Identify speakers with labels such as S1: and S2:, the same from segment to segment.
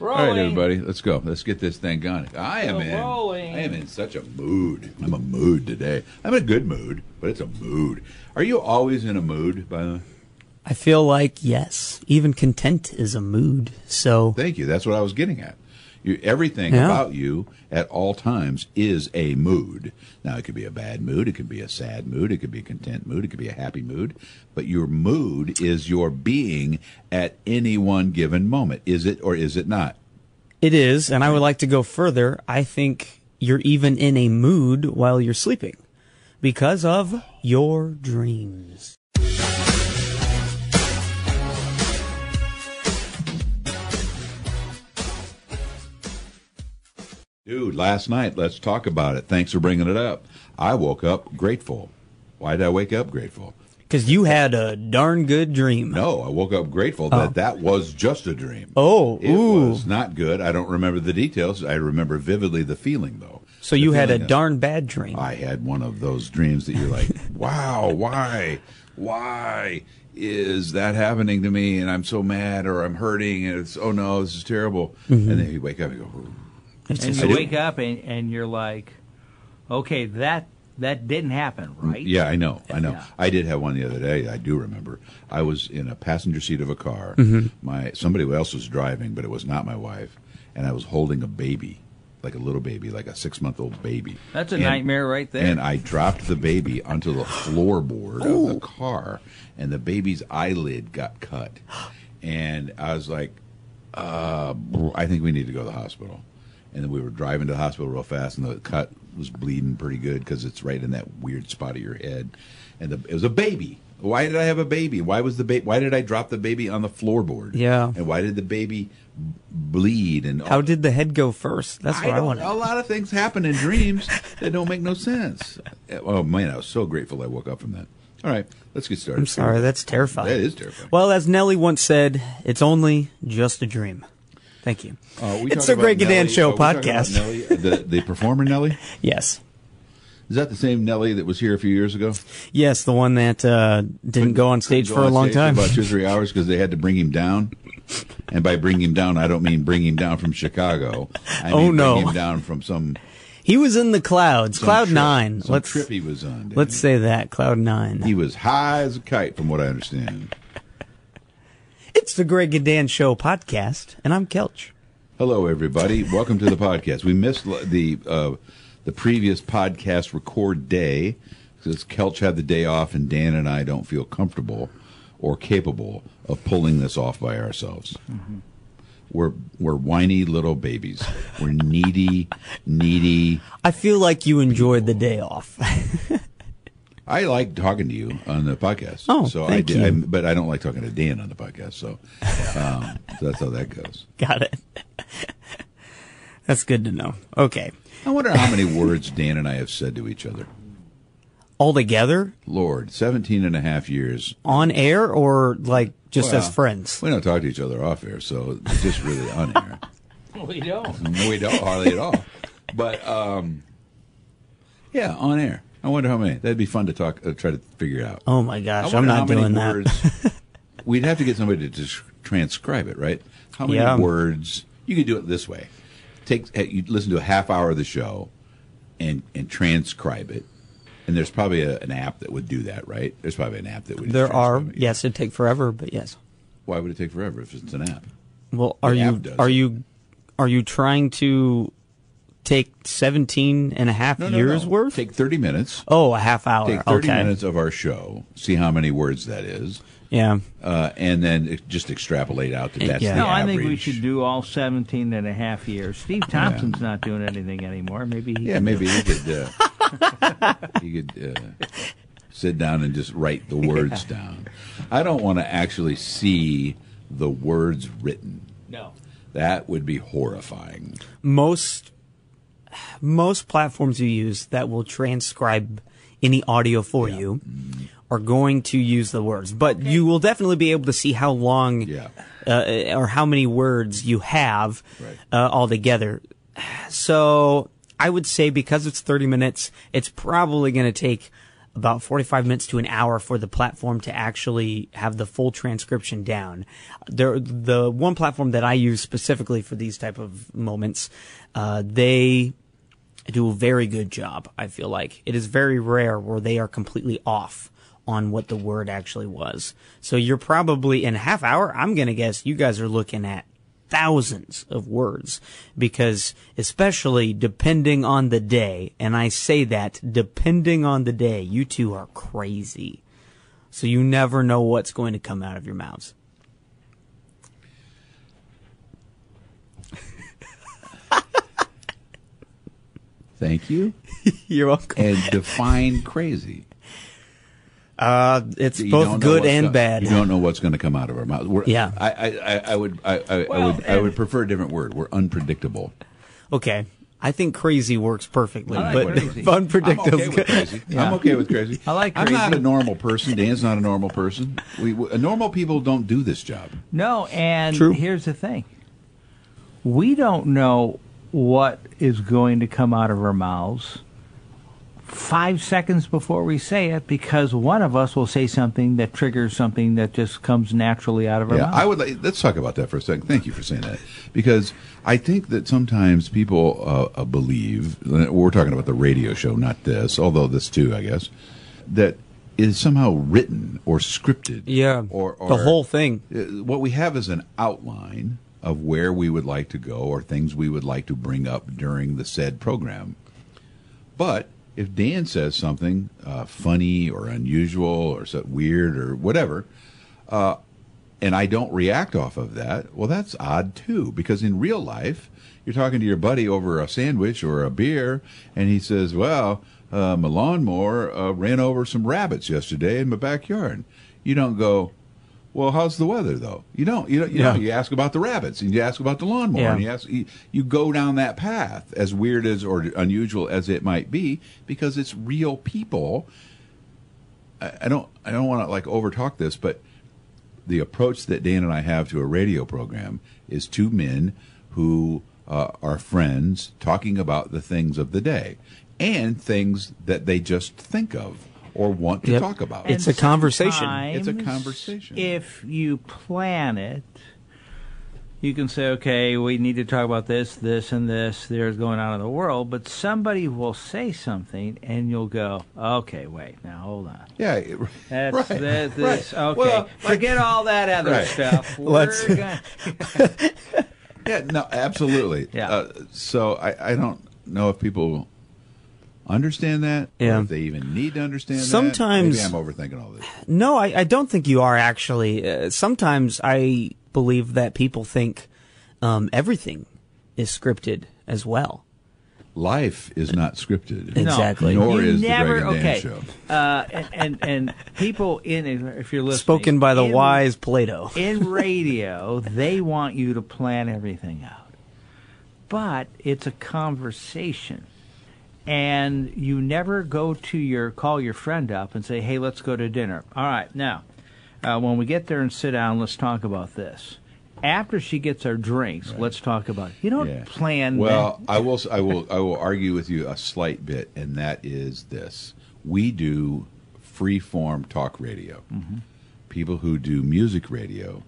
S1: Rolling.
S2: All right, everybody, let's go. Let's get this thing going. I am
S1: We're
S2: in.
S1: rolling.
S2: I am in such a mood. I'm a mood today. I'm in a good mood, but it's a mood. Are you always in a mood? By the way,
S3: I feel like yes, even content is a mood. So
S2: thank you. That's what I was getting at. You, everything
S3: Yeah.
S2: about you at all times is a mood. Now it could be a bad mood, it could be a sad mood, it could be a content mood, it could be a happy mood. But your mood is your being at any one given moment. Is it or is it not?
S3: it is, and I would like to go further. I think you're even in a mood while you're sleeping because of your dreams.
S2: Dude, last night, let's talk about it. Thanks for bringing it up. I woke up grateful. Why did I wake up grateful?
S3: Because you had a darn good dream.
S2: No, I woke up grateful that that was just a dream.
S3: Oh,
S2: it
S3: ooh.
S2: was not good. I don't remember the details. I remember vividly the feeling, though.
S3: so
S2: The
S3: you had a
S2: feeling of-
S3: darn bad dream.
S2: I had one of those dreams that you're like, wow, why? Why is that happening to me? And I'm so mad or I'm hurting and it's, oh no, this is terrible.
S3: Mm-hmm.
S2: And then you wake up and you go, "Ooh."
S3: It's
S1: And
S3: just-
S1: you
S2: I do.
S1: wake up and, and you're like, okay, that that didn't happen, right?
S2: Mm, Yeah, I know. I know.
S1: Yeah.
S2: I did have one the other day. I do remember. I was in a passenger seat of a car. My somebody else was driving, but it was not my wife, and I was holding a baby, like a little baby, like a six month old baby.
S1: That's a
S2: And-
S1: nightmare right there.
S2: And I dropped the baby onto the floorboard of the car, and the baby's eyelid got cut, and I was like, uh, I think we need to go to the hospital. And then we were driving to the hospital real fast, and the cut was bleeding pretty good because it's right in that weird spot of your head. And the, it was a baby. Why did I have a baby? Why was the baby? Why did I drop the baby on the floorboard?
S3: Yeah.
S2: And why did the baby b- bleed? And
S3: How did the head go first? That's
S2: I
S3: what I,
S2: don't
S3: want.
S2: know. A lot of things happen in dreams that don't make no sense. Oh man, I was so grateful I woke up from that. All right, let's get started.
S3: I'm sorry, that's terrifying.
S2: That is terrifying.
S3: Well, as Nelly once said, it's only just a dream. Thank you.
S2: Uh, we talked
S3: it's the Greg
S2: about
S3: and Dan
S2: Nelly-
S3: Show
S2: oh, we talked about
S3: podcast.
S2: Nelly, the the performer Nelly.
S3: Yes.
S2: Is that the same Nelly that was here a few years ago?
S3: Yes, the one that uh, didn't go on stage
S2: Go
S3: for a
S2: on
S3: long
S2: stage
S3: time.
S2: for about two or three hours, because they had to bring him down. And by bring him down, I don't mean bring him down from Chicago. I
S3: Oh,
S2: mean
S3: no.
S2: bring him down from some,
S3: He was in the clouds,
S2: some
S3: Cloud
S2: trip-
S3: Nine.
S2: Some
S3: Let's
S2: trip he was on. didn't
S3: let's
S2: he?
S3: say that Cloud Nine.
S2: he was high as a kite, from what I understand.
S3: it's the Greg and Dan Show podcast, and I'm Kelch.
S2: Hello, everybody. Welcome to the podcast. We missed l- the uh, the previous podcast record day because Kelch had the day off, and Dan and I don't feel comfortable or capable of pulling this off by ourselves. We're we're whiny little babies. We're needy, needy.
S3: I feel like you enjoyed the day off.
S2: I like talking to you on the podcast.
S3: Oh,
S2: so
S3: thank
S2: I do, I-
S3: you.
S2: but I don't like talking to Dan on the podcast. So, um, so that's how that goes.
S3: Got it. That's good to know. Okay,
S2: I wonder how many words Dan and I have said to each other.
S3: all together
S2: Lord, 17 and a half years.
S3: on air or like just
S2: Well,
S3: as friends.
S2: We don't talk to each other off air, so it's just really on air.
S1: We don't.
S2: No, we don't hardly at all. But um, yeah, on air. I wonder how many. That'd be fun to talk. Uh, try to figure it out.
S3: Oh my
S2: I
S3: gosh,
S2: wonder
S3: I'm not
S2: how many
S3: doing that.
S2: words- we'd have to get somebody to just transcribe it, right? How many
S3: Yeah.
S2: words? You could do it this way: take uh, you listen to a half hour of the show, and and transcribe it. And there's probably a, an app that would do that, right? There's probably an app that would.
S3: There are
S2: transcribe it.
S3: yes, it'd take forever, but yes.
S2: Why would it take forever if it's an app?
S3: Well, are
S2: app
S3: you
S2: does
S3: are
S2: it.
S3: you are you trying to take 17 and a half
S2: No, no,
S3: years
S2: no.
S3: worth?
S2: Take 30 minutes.
S3: oh, a half hour.
S2: Take 30
S3: okay.
S2: minutes of our show. See how many words that is.
S3: Yeah.
S2: Uh, and then it- just extrapolate out that
S3: Yeah.
S2: that's the
S1: No, I
S2: average.
S1: think we should do all 17 and a half years. Steve Thompson's not doing anything anymore. Maybe he
S2: Yeah, maybe you could, uh, you could uh, sit down and just write the words down. I don't want to actually see the words written.
S1: No.
S2: That would be horrifying.
S3: Most most platforms you use that will transcribe any audio for you are going to use the words, but you will definitely be able to see how long
S2: Yeah.
S3: uh, or how many words you have
S2: Right.
S3: uh, altogether. So I would say because it's 30 minutes, it's probably going to take about 45 minutes to an hour for the platform to actually have the full transcription down. There, the one platform that I use specifically for these type of moments, uh, they do a very good job. I feel like it is very rare where they are completely off on what the word actually was. So you're probably in a half hour. I'm going to guess you guys are looking at thousands of words because especially depending on the day. And I say that depending on the day, you two are crazy. So you never know what's going to come out of your mouths.
S2: Thank you.
S3: You're welcome.
S2: And define crazy.
S3: Uh, it's
S2: You
S3: both
S2: don't know
S3: good
S2: what's
S3: and
S2: go-
S3: bad.
S2: You don't know what's going to come out of our mouth. We're,
S3: Yeah.
S2: I, I, I, I would, I, I, I
S1: Well,
S2: would, I would
S1: and-
S2: prefer a different word. We're unpredictable.
S3: Okay. I think crazy works perfectly,
S1: I like
S3: but
S1: crazy.
S3: fun predictable.
S2: I'm okay with crazy. I'm okay with crazy.
S1: I like
S2: I'm not
S1: crazy.
S2: a normal person. Dan's not a normal person. We, we uh, normal people don't do this job.
S1: No, and
S3: True.
S1: here's the thing. We don't know what is going to come out of our mouths five seconds before we say it because one of us will say something that triggers something that just comes naturally out of our
S2: Yeah,
S1: mouth.
S2: I would. Like, let's talk about that for a second. Thank you for saying that because I think that sometimes people uh, uh, believe we're talking about the radio show, not this. Although this too, I guess that is somehow written or scripted.
S3: Yeah.
S2: or, or
S3: the whole thing.
S2: Uh, what we have is an outline of where we would like to go or things we would like to bring up during the said program. But if Dan says something uh, funny or unusual or so weird or whatever, and I don't react off of that, well, that's odd too, because in real life, you're talking to your buddy over a sandwich or a beer, and he says, Well, uh, my lawnmower uh, ran over some rabbits yesterday in my backyard. You don't go, Well, how's the weather, though? You don't. You, don't, you, know,
S3: Yeah.
S2: you ask about the rabbits, and you ask about the lawnmower,
S3: Yeah.
S2: and you ask, you, you go down that path, as weird as or unusual as it might be, because it's real people. I, I don't. I don't want to like overtalk this, but the approach that Dan and I have to a radio program is two men who uh, are friends talking about the things of the day and things that they just think of or want to
S3: Yep.
S2: talk about.
S3: It's a conversation.
S2: It's a
S1: sometimes,
S2: conversation.
S1: If you plan it, you can say, okay, we need to talk about this, this, and this. There's going on in the world, but somebody will say something, and you'll go, okay, wait, now hold on.
S2: yeah, it-
S1: That's
S2: right,
S1: that, this.
S2: right.
S1: Okay,
S2: Well, like-
S1: forget all that other
S2: Right.
S1: stuff. We're
S3: Let's-
S1: gonna-
S2: yeah, no, absolutely.
S1: Yeah.
S2: Uh, so I, I don't know if people understand that
S3: Yeah.
S2: or if they even need to understand
S3: Sometimes-
S2: that. Maybe I'm overthinking all this.
S3: No, I, I don't think you are actually. Uh, sometimes I believe that people think um, everything is scripted as well.
S2: Life is not scripted.
S1: No,
S3: Exactly.
S2: Nor
S1: you
S2: is the
S1: never,
S2: Dragon Dan
S1: okay.
S2: show.
S1: Uh, and, and and people in if you're listening,
S3: Spoken by the
S1: in-
S3: wise Plato.
S1: in radio, they want you to plan everything out. But it's a conversation. And you never go to your call your friend up and say, "Hey, let's go to dinner." All right, now, uh, when we get there and sit down, let's talk about this. After she gets her drinks, let's talk about. It. You don't
S2: Yeah.
S1: plan.
S2: Well, I will. s- I will. I will argue with you a slight bit, and that is this: we do free form talk radio.
S1: Mm-hmm.
S2: People who do music radio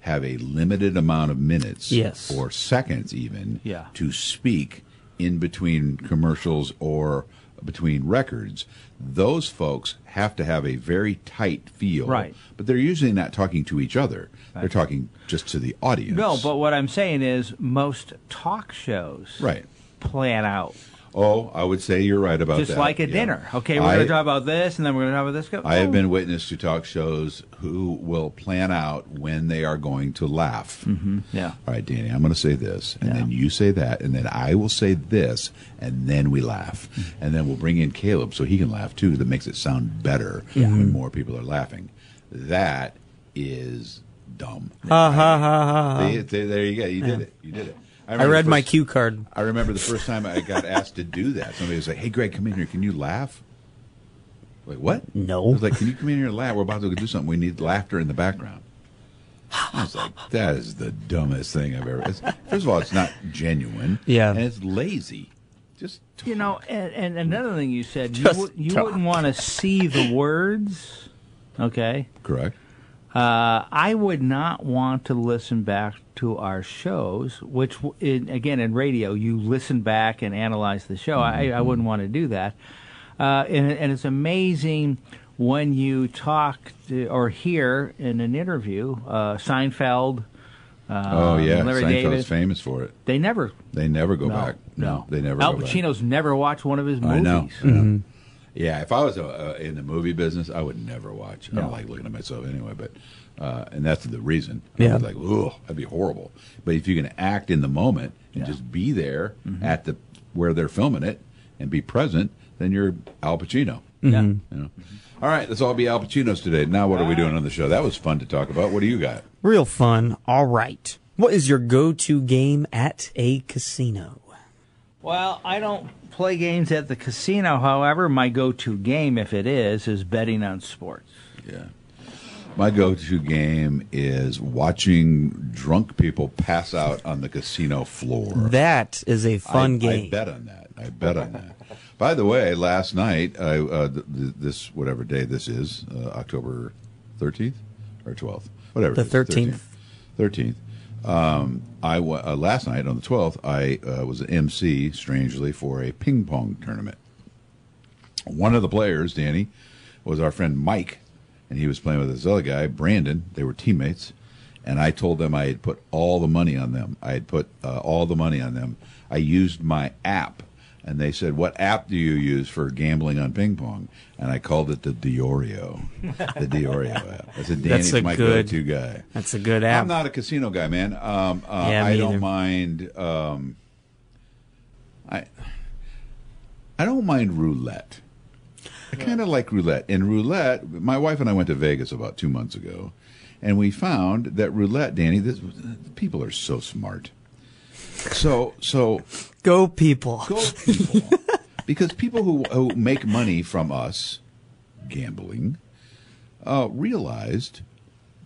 S2: have a limited amount of minutes,
S3: Yes.
S2: or seconds even,
S1: Yeah.
S2: to speak in between commercials or between records. Those folks have to have a very tight feel,
S1: Right.
S2: But they're usually not talking to each other; they're talking just to the audience.
S1: no, but what I'm saying is most talk shows
S2: right.
S1: plan out
S2: Oh, I would say you're right about
S1: just
S2: that.
S1: like at
S2: yeah.
S1: dinner. Okay, we're
S2: I-
S1: going to talk about this, and then we're going to talk about this. Go-
S2: I have
S1: oh.
S2: been witness to talk shows who will plan out when they are going to laugh. Mm-hmm.
S1: Yeah.
S2: All right, Danny, I'm going to say this, and
S1: Yeah.
S2: then you say that, and then I will say this, and then we laugh.
S1: Mm-hmm.
S2: And then we'll bring in Caleb so he can laugh too. That makes it sound better
S1: Mm-hmm.
S2: when more people are laughing. That is dumb.
S1: Ah,
S3: Ha ha ha ha.
S2: They- they- there you go. You did it. You did it.
S3: I
S2: remember
S3: read
S2: the
S3: my
S2: first-
S3: cue card.
S2: I remember the first time I got asked to do that. Somebody was like, "Hey, Greg, come in here. Can you laugh?" Like what?
S3: No.
S2: I was like, "Can you come in here and laugh? We're about to do something. We need laughter in the background." I was like, "That is the dumbest thing I've ever." It's, first of all, it's not genuine.
S3: Yeah.
S2: and it's lazy. Just
S1: You know, and, and another thing you said, you,
S4: Just
S1: wou- you
S4: talk.
S1: wouldn't want to see the words. Okay.
S2: correct.
S1: Uh, I would not want to listen back to our shows, which, w- in, again, in radio, you listen back and analyze the show. I, I wouldn't want to do that. Uh, and, and it's amazing when you talk to, or hear in an interview uh, Seinfeld. Uh,
S2: Oh yeah,
S1: Larry
S2: Seinfeld's
S1: David.
S2: famous for it.
S1: They never.
S2: They never go
S1: No,
S2: back.
S1: no,
S2: they never.
S1: Al
S2: go back.
S1: Pacino's never watched one of his movies.
S2: I know. Mm-hmm. Yeah, if I was uh, uh, in the movie business, I would never watch. I
S1: No.
S2: don't like looking at myself anyway, but uh, and that's the reason.
S3: Yeah.
S2: I was like, ugh, that'd be horrible. But if you can act in the moment and just be there at the where they're filming it and be present, then you're Al Pacino.
S1: Yeah.
S2: You know? All right, let's all be Al Pacinos today. Now, what are we doing on the show? That was fun to talk about. What do you got?
S3: Real fun. All right. What is your go-to game at a casino?
S1: Well, I don't play games at the casino. However, my go-to game, if it is, is betting on sports.
S2: Yeah. My go to game is watching drunk people pass out on the casino floor.
S3: That is a fun
S2: I,
S3: game.
S2: I bet on that. I bet on that. By the way, last night, I, uh, th- th- this whatever day this is, uh, October thirteenth or twelfth, whatever
S3: The
S2: it is,
S3: 13th.
S2: thirteenth. Um, I wa- uh, last night on the twelfth, I uh, was an MC, strangely, for a ping pong tournament. One of the players, Danny, was our friend Mike, and he was playing with this other guy, Brandon. They were teammates, and I told them I had put all the money on them. I had put uh, all the money on them. I used my app, and they said, "What app do you use for gambling on ping pong?" And I called it the Diorio, the Diorio app. I said,
S3: That's
S2: "Danny's
S3: a
S2: my
S3: good-
S2: go-to guy."
S3: That's a good app.
S2: I'm not a casino guy, man. Um, uh,
S3: Yeah, me
S2: I don't
S3: either.
S2: mind. Um, I I don't mind roulette. I kind of like roulette. And roulette, my wife and I went to Vegas about two months ago, and we found that roulette, Danny. This people are so smart. So so
S3: Go people.
S2: go people because people who, who make money from us gambling uh, realized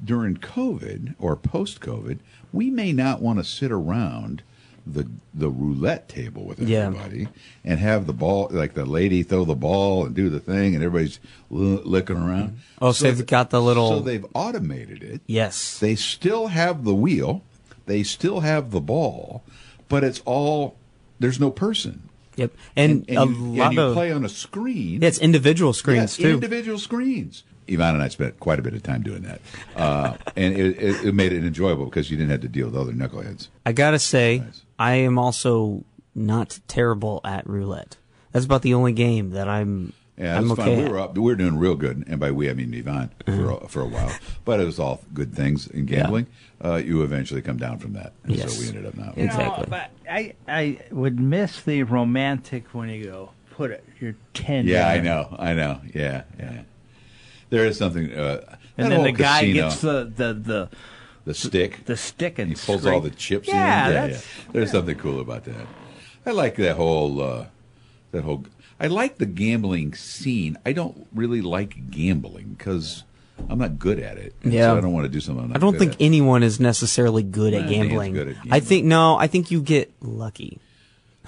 S2: during COVID or post COVID, we may not want to sit around the the roulette table with
S3: Yeah.
S2: everybody and have the ball like the lady throw the ball and do the thing and everybody's l- licking around.
S3: Oh, so they've
S2: th-
S3: got the little-
S2: So they've automated it.
S3: Yes.
S2: They still have the wheel. They still have the ball, but it's all there's no person.
S3: Yep. And,
S2: And
S3: a
S2: you, and
S3: lot
S2: you
S3: of
S2: play on a screen.
S3: yeah, it's individual screens
S2: Yeah,
S3: too.
S2: Individual screens. Yvonne and I spent quite a bit of time doing that, uh, and it, it, it made it enjoyable because you didn't have to deal with other knuckleheads.
S3: I gotta say,
S2: Nice.
S3: I am also not terrible at roulette. That's about the only game that I'm.
S2: Yeah, it
S3: I'm
S2: was
S3: okay. Uh-huh.
S2: fun. We
S3: at.
S2: were up. We were doing real good, and by we I mean Yvonne for a, for a while. But it was all good things in gambling. Uh, you eventually come down from that, and
S3: Yes.
S2: so we ended up not.
S1: You know,
S3: Exactly.
S1: but I I would miss the romantic when you go put it your ten.
S2: Yeah, I
S1: down."
S2: know. I know. Yeah, yeah. There is something. Uh, that
S1: And then
S2: whole
S1: the guy
S2: casino,
S1: gets the the the,
S2: the stick.
S1: the stick and
S2: He pulls
S1: scrape-
S2: all the chips
S1: Yeah,
S2: in.
S1: that's,
S2: There's something cool about that. I like that whole uh, that whole I like the gambling scene. I don't really like gambling cuz I'm not good at it. And
S3: Yeah.
S2: So I don't want to do something I'm not
S3: I don't
S2: good
S3: think
S2: at.
S3: anyone is necessarily good
S2: I
S3: at
S2: think it's
S3: gambling.
S2: good at
S3: I
S2: gambling.
S3: think no. I think you get lucky.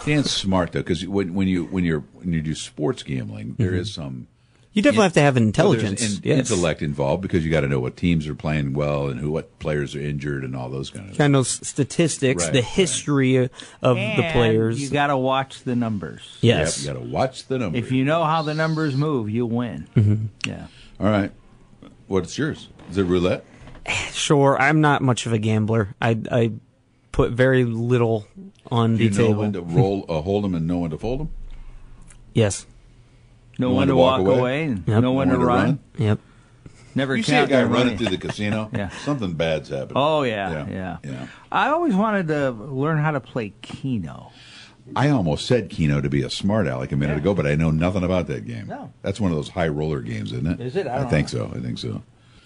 S2: Dan's smart though cuz when when you when you're when you do sports gambling,
S1: Mm-hmm.
S2: there is some
S3: You definitely have to have intelligence.
S2: Well, there's in-
S3: yes.
S2: intellect involved because you got to know what teams are playing well and who what players are injured and all those kind of
S3: Kind of those statistics,
S2: Right,
S3: the
S2: right.
S3: history of the
S1: and
S3: players.
S1: You got to watch the numbers.
S3: yes.
S2: Yep, you got to watch the numbers.
S1: If you know how the numbers move, you win.
S3: Mm-hmm.
S1: Yeah.
S2: all right. What's yours? Is it roulette?
S3: Sure. I'm not much of a gambler. I I put very little on
S2: Do you
S3: the
S2: know
S3: table.
S2: when to roll, uh, hold them, and know when to fold them?
S3: yes.
S1: No one to walk away, and
S3: Yep.
S1: no one to run.
S3: Yep.
S1: Never
S2: You see a
S1: count
S2: guy
S1: your
S2: running
S1: money.
S2: through the casino?
S1: Yeah.
S2: Something bad's happening.
S1: Oh yeah, yeah,
S2: yeah.
S1: I always wanted to learn how to play Keno.
S2: I almost said Keno to be a smart aleck a minute ago, but I know nothing about that game.
S1: No.
S2: That's one of those high roller games, isn't it?
S1: Is it? I don't
S2: think
S1: know.
S2: so. I think so.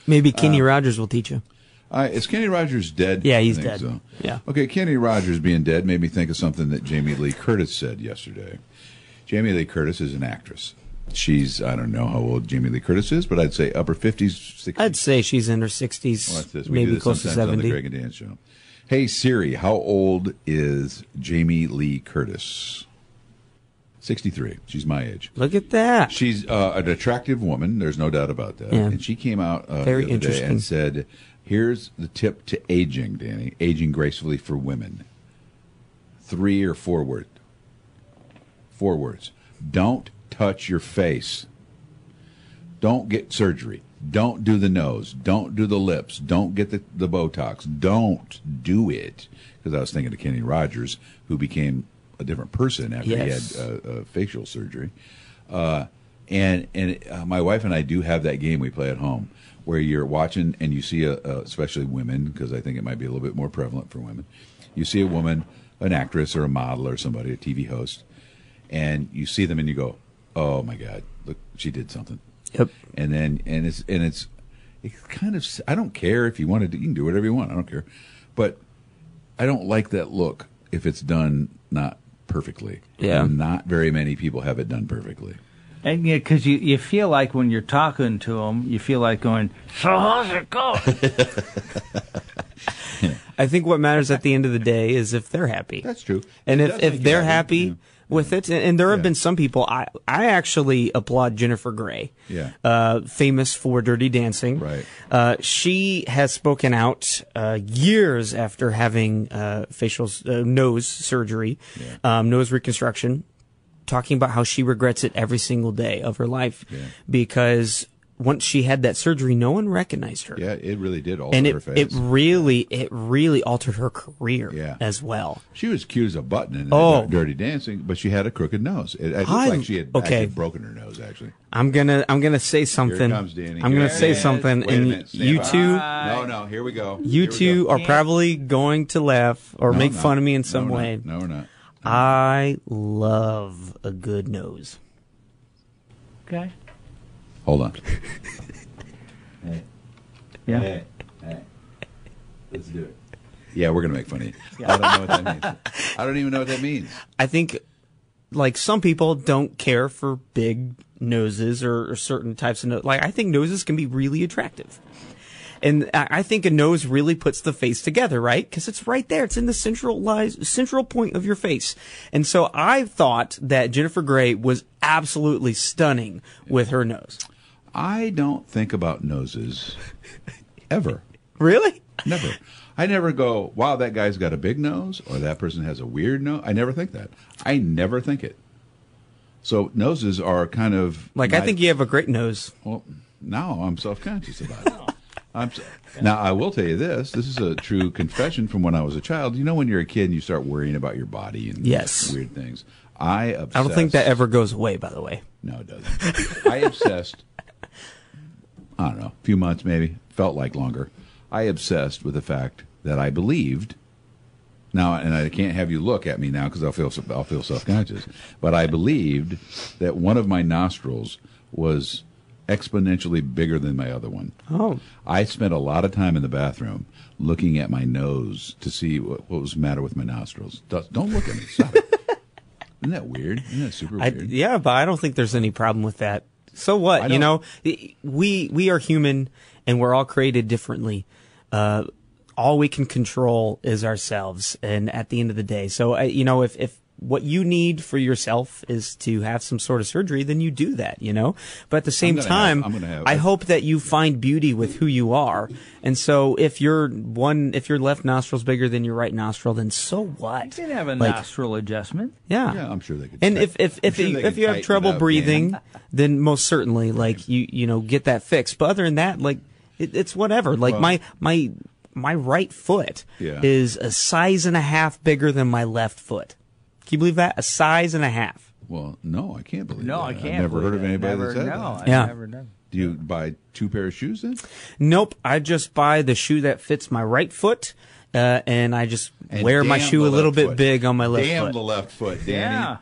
S3: Maybe
S2: Uh,
S3: Kenny Rogers will teach you.
S2: All right, is Kenny Rogers dead?
S3: Yeah, he's
S2: I think
S3: dead.
S2: so.
S3: Yeah.
S2: Okay, Kenny Rogers being dead made me think of something that Jamie Lee Curtis said yesterday. Jamie Lee Curtis is an actress. She's I don't know how old Jamie Lee Curtis is, but I'd say upper fifties, sixties.
S3: I'd say she's in her 60s,
S2: Watch this. We do
S3: maybe
S2: this
S3: close to
S2: sometimes on the
S3: 70.
S2: Greg and Dan show. Hey Siri, how old is Jamie Lee Curtis? 63. She's my age.
S3: Look at that.
S2: She's uh, an attractive woman. There's no doubt about that.
S3: Yeah.
S2: And she came out uh,
S3: Very
S2: the other day
S3: interesting.
S2: and said, "Here's the tip to aging, Danny. Aging gracefully for women. Three or four words. Four words. Don't touch your face. Don't get surgery. Don't do the nose. Don't do the lips. Don't get the, the Botox. Don't do it. Because I was thinking of Kenny Rogers, who became a different person after
S3: Yes.
S2: he had uh, uh, facial surgery. Uh, and and uh, my wife and I do have that game we play at home where you're watching and you see, a, uh, especially women, because I think it might be a little bit more prevalent for women. You see a woman, an actress or a model or somebody, a TV host, and you see them and you go, oh my God, look, she did something
S3: Yep.
S2: and then and it's and it's it's kind of I don't care if you want to do, you can do whatever you want I don't care, but I don't like that look if it's done not perfectly.
S3: Yeah.
S2: not very many people have it done perfectly.
S1: And yeah, because you, you feel like when you're talking to them, you feel like going, so how's it going?
S3: I think what matters at the end of the day is if they're happy.
S2: That's true.
S3: And
S2: It
S3: if,
S2: does make
S3: if
S2: you
S3: they're
S2: happy,
S3: happy
S2: yeah.
S3: with it, and, and there have
S2: Yeah.
S3: been some people, I, I actually applaud Jennifer Gray,
S2: Yeah.
S3: uh, famous for Dirty Dancing.
S2: Right.
S3: Uh, she has spoken out uh, years after having uh, facial s- uh, nose surgery, um, nose reconstruction, talking about how she regrets it every single day of her life because once she had that surgery, no one recognized her
S2: Yeah, it really did alter
S3: and
S2: her
S3: it,
S2: face.
S3: it really it really altered her career
S2: Yeah.
S3: as well.
S2: she was cute as a button in
S3: Oh.
S2: Dirty Dancing, but she had a crooked nose. It, it looked
S3: I-
S2: like she had
S3: okay.
S2: actually broken her nose. Actually,
S3: I'm gonna I'm gonna say
S2: here
S3: something.
S2: comes Danny.
S3: I'm
S2: Here
S3: gonna say
S2: it is.
S3: something,
S2: Wait a
S3: and
S2: minute, stand
S3: you
S2: by.
S3: two
S2: No, no, here we go.
S3: you
S2: Here we
S3: two
S2: go.
S3: are probably going to laugh or
S2: No,
S3: make
S2: no.
S3: fun of me in
S2: No,
S3: some
S2: we're not.
S3: way.
S2: No, we're not.
S3: I love a good nose.
S1: Okay.
S2: Hold on.
S1: Yeah.
S2: Let's do it. Yeah, we're gonna make fun of you. I don't know what that means. I don't even know what that means.
S3: I think like some people don't care for big noses or, or certain types of nose. Like I think noses can be really attractive. And I I think a nose really puts the face together, right? Because it's right there. It's in the centralized central point of your face. And so I thought that Jennifer Grey was absolutely stunning with her nose.
S2: I don't think about noses ever.
S3: Really?
S2: Never. I never go, wow, that guy's got a big nose or that person has a weird nose. I never think that. I never think it. So noses are kind of
S3: Like I
S2: my-
S3: think you have a great nose.
S2: Well, now I'm self conscious about it. I'm s now, I will tell you this this is a true confession from when I was a child. You know, when you're a kid and you start worrying about your body and
S3: Yes.
S2: weird things. I obsessed.
S3: I don't think that ever goes away, by the way.
S2: No, it doesn't. I obsessed, I don't know, a few months maybe, felt like longer. I obsessed with the fact that I believed. Now, and I can't have you look at me now because I'll feel I'll feel self conscious. But I believed that one of my nostrils was exponentially bigger than my other one.
S3: Oh.
S2: I spent a lot of time in the bathroom looking at my nose to see what, what was the matter with my nostrils. Don't don't look at me. Stop it. Isn't that weird? Isn't that super
S3: I,
S2: weird?
S3: yeah, but I don't think there's any problem with that. So what? You
S2: don't-
S3: know, I- we we are human and we're all created differently. Uh, all we can control is ourselves, and at the end of the day, so I, you know, if if what you need for yourself is to have some sort of surgery, then you do that. You know, but at the same
S2: gonna have-
S3: time,
S2: I'm gonna have-
S3: I hope that you find beauty with who you are. And so, if your one, if your left nostril's bigger than your right nostril, then so what?
S1: You can have a
S3: Like,
S1: nostril adjustment.
S3: yeah.
S2: Yeah, I'm sure they could.
S3: And
S2: tight-
S3: if if
S2: I'm
S3: if
S2: sure
S3: you,
S2: they
S3: if
S2: could
S3: you have
S2: tighten
S3: trouble
S2: it up,
S3: breathing,
S2: man.
S3: then most certainly, like you you know, get that fixed. But other than that, like it, it's whatever. Like
S2: Well-
S3: my my my right foot
S2: Yeah.
S3: is a size and a half bigger than my left foot. Can you believe that? A size and a half.
S2: well, no, I can't believe.
S1: No,
S2: that.
S1: I can't.
S2: I've never
S1: believe
S2: heard of
S1: that.
S2: anybody
S1: never,
S2: that said
S1: no,
S2: that.
S1: I've
S3: Yeah.
S1: never done.
S2: Do you buy two pair of shoes then?
S3: Nope, I just buy the shoe that fits my right foot, uh, and I just
S2: And
S3: wear my
S2: damn
S3: shoe a
S2: the
S3: little
S2: left
S3: bit
S2: foot.
S3: big on my left
S2: damn
S3: foot.
S2: the left foot, Danny.
S1: Yeah.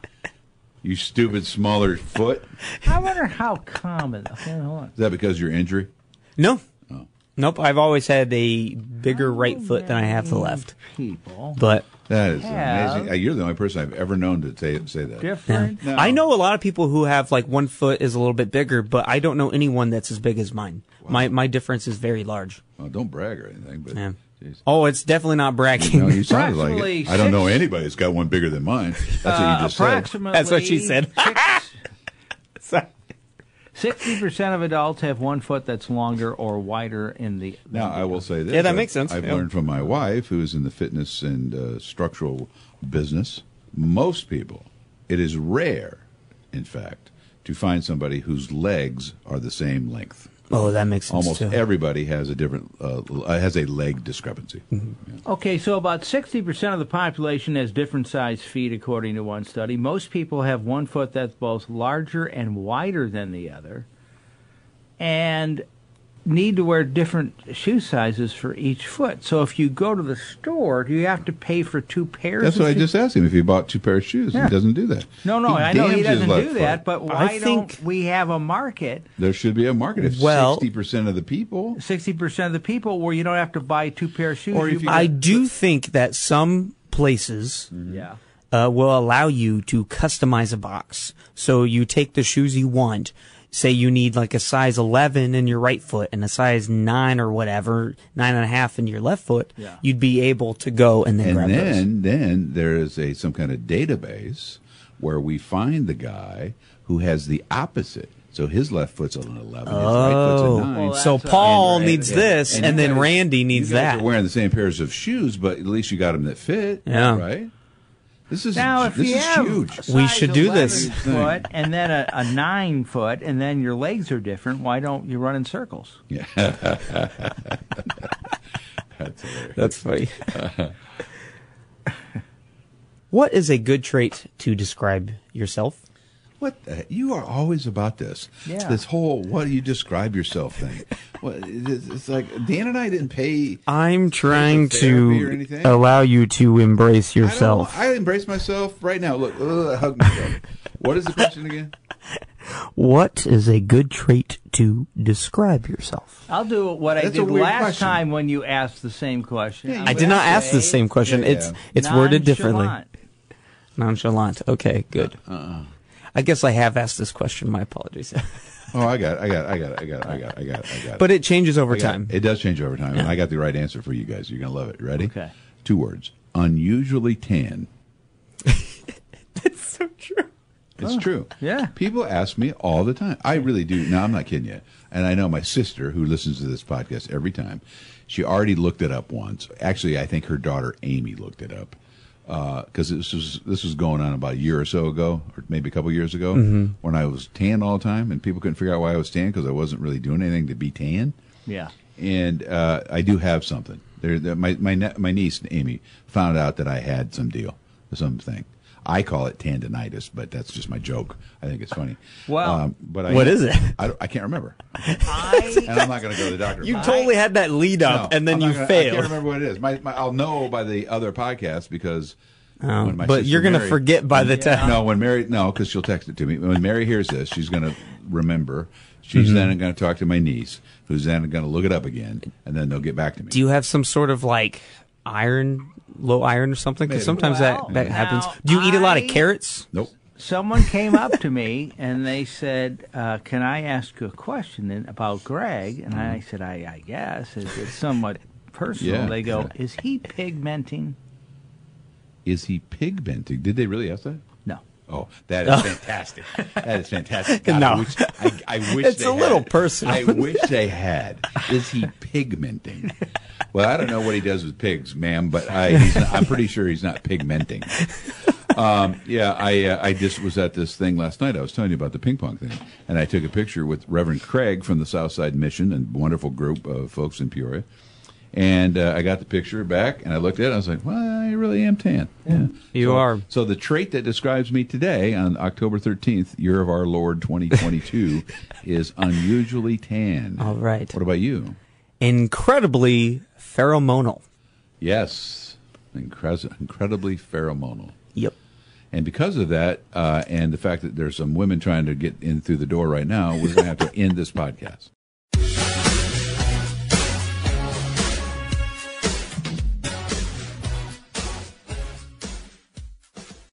S2: You stupid smaller foot.
S1: I wonder how common. Okay, hold on.
S2: Is that because of your injury?
S3: no.
S2: Oh.
S3: Nope, I've always had a bigger
S1: Oh,
S3: right foot than I have the left.
S1: People.
S3: But
S2: That is
S1: Yeah.
S2: amazing. Uh, You're the only person I've ever known to say, say that.
S1: Different.
S2: No.
S3: I know a lot of people who have like one foot is a little bit bigger, but I don't know anyone that's as big as mine. My my difference is very large.
S2: Well, don't brag or anything, but
S3: Yeah.
S2: Jeez.
S3: Oh, it's definitely not bragging.
S2: No, you sounded like it.
S1: Approximately
S2: I don't know
S1: six-
S2: anybody that's got one bigger than mine. That's what you just said.
S1: Uh, Approximately.
S3: That's what she said. Sorry.
S1: Sixty percent of adults have one foot that's longer or wider in the.
S2: Now, I will say this.
S3: Yeah, that
S2: I've-
S3: makes sense.
S2: I've
S3: Yeah.
S2: learned from my wife, who is in the fitness and uh, structural business, most people, it is rare, in fact, to find somebody whose legs are the same length.
S3: Oh, that makes sense
S2: Almost
S3: too.
S2: everybody has a different, uh, l- uh, has a leg discrepancy.
S1: Mm-hmm. Okay, so about 60% of the population has different sized feet, according to one study. Most people have one foot that's both larger and wider than the other, and need to wear different shoe sizes for each foot. So if you go to the store, do you have to pay for two pairs?
S2: That's
S1: of
S2: what I
S1: shoes?
S2: just asked him if he bought two pairs of shoes.
S1: Yeah.
S2: He doesn't do that.
S1: No, no, I know
S2: damns
S1: he
S2: his
S1: doesn't
S2: left
S1: do that,
S2: foot.
S1: but why
S3: I think-
S1: don't we have a market?
S2: there should be a market. If
S3: Well-
S2: 60% of the people,
S1: 60% of the people where you don't have to buy two pair of shoes.
S2: Or if you-
S3: I do think that some places
S2: Mm.
S1: yeah.
S3: uh, will allow you to customize a box. So you take the shoes you want. Say you need like a size 11 in your right foot and a size 9 or whatever, nine and a half in your left foot.
S1: Yeah.
S3: You'd be able to go and then grab
S2: and
S3: those.
S2: then then there is a some kind of database where we find the guy who has the opposite. So his left foot's an eleven, his right foot's a nine.
S1: Well, that's
S3: Oh. so
S1: what I
S3: Paul
S1: mean,
S3: needs
S1: right?
S3: this, and,
S2: And you
S3: then
S2: guys-
S3: Randy
S2: you
S3: needs
S2: guys
S3: that.
S2: are wearing the same pairs of shoes, but at least you got them that fit.
S3: Yeah.
S2: right. This is
S1: Now, if
S2: this
S1: you
S2: is
S1: have
S2: huge.
S1: a
S3: We
S1: size
S3: should do
S1: 11
S3: this.
S1: Foot and then a, a nine foot, and then your legs are different. Why don't you run in circles?
S3: That's funny. what is a good trait to describe yourself?
S2: What the, you are always about this?
S1: Yeah.
S2: This whole what do you describe yourself thing? well, it's, it's like Dan and I didn't pay.
S3: I'm trying
S2: therapy or anything?
S3: allow you to embrace
S2: I don't- I, embrace myself right now. Look, ugh, hug myself. what is the question again?
S3: what is a good trait to describe yourself?
S1: I'll do what I
S2: That's a
S1: did
S2: weird
S1: last
S2: question.
S1: time when you asked the same question.
S2: Yeah,
S1: I'm
S3: I
S2: you
S3: did not
S1: gonna
S3: ask the
S1: say
S3: same question.
S2: Yeah,
S3: It's it's worded differently.
S1: nonchalant.
S3: Nonchalant. Okay, good.
S2: Uh-uh.
S3: I guess I have asked this question. My apologies,
S2: Oh, I got, it, I got, it, I got, it, I got, it, I got, it, I got, it, I got. it.
S3: but it changes over
S2: I got it.
S3: time.
S2: it does change over time, and I got the right answer for you guys. You're gonna love it. Ready?
S1: Okay.
S2: Two words: unusually tan.
S3: It's so true.
S2: It's true.
S1: yeah.
S2: People ask me all the time. I really do. No, I'm not kidding you. And I know my sister, who listens to this podcast every time, she already looked it up once. Actually, I think her daughter Amy looked it up because this was this was going on about a year or so ago, or maybe a couple years ago, when I was tan all the time, and people couldn't figure out why I was tan because I wasn't really doing anything to be tan
S1: Yeah.
S2: and uh, I do have something. There, there my my ne- my niece Amy found out that I had some deal, something. I call it tendonitis, but that's just my joke. I think it's funny. Um,
S1: Well-
S2: but I,
S3: What is it?
S2: I, don't- I can't remember,
S1: I,
S2: and I'm not going to go to the doctor.
S3: You
S2: about it.
S3: totally had that lead up,
S2: No,
S3: and then
S2: I'm not
S3: you
S2: gonna- I can't
S3: failed.
S2: remember what it is. My, my, I'll know by the other podcast because. when my
S3: Oh, but
S2: sister
S3: you're gonna
S2: Mary-
S3: forget by the time-
S2: No, when Mary, no, because she'll text it to me. When Mary hears this, she's gonna remember. She's
S3: Mm-hmm.
S2: then going to talk to my niece, who's then going to look it up again, and then they'll get back to me.
S3: do you have some sort of like iron low iron or something because
S2: Maybe.
S3: sometimes
S1: Well,
S3: that that
S1: now
S3: happens do you eat a lot of
S1: I-
S3: carrots
S2: nope.
S1: someone came up to me and they said, uh, "Can I ask you a question in- about Greg?" And I said, "I, I guess it's, it's somewhat personal."
S2: Mm-hmm. Yeah,
S1: they go,
S2: yeah.
S1: "Is he pigmenting?"
S2: Is he pigmenting? Did they really ask that?
S1: No.
S2: Oh, that is fantastic. that is fantastic. God,
S3: No.
S2: I wish, I, I wish
S3: It's
S2: they
S3: a
S2: had
S3: little
S2: it.
S3: personal.
S2: I wish they had. Is he pigmenting? Well, I don't know what he does with pigs, ma'am, but I, he's not, I'm pretty sure he's not pigmenting. Um, yeah, I uh, I just was at this thing last night. I was telling you about the ping pong thing, and I took a picture with Reverend Craig from the Southside Mission and wonderful group of folks in Peoria. And uh, I got the picture back, and I looked at it. and I was like, "Well, I really am tan." Yeah.
S3: You
S2: So-
S3: are.
S2: So the trait that describes me today on October 13th, year of our Lord 2022, is unusually tan.
S3: All right.
S2: What about you?
S3: incredibly pheromonal
S2: Yes. Incres- incredibly pheromonal.
S3: yep
S2: And because of that, uh, and the fact that there's some women trying to get in through the door right now, we're going to have to end this podcast.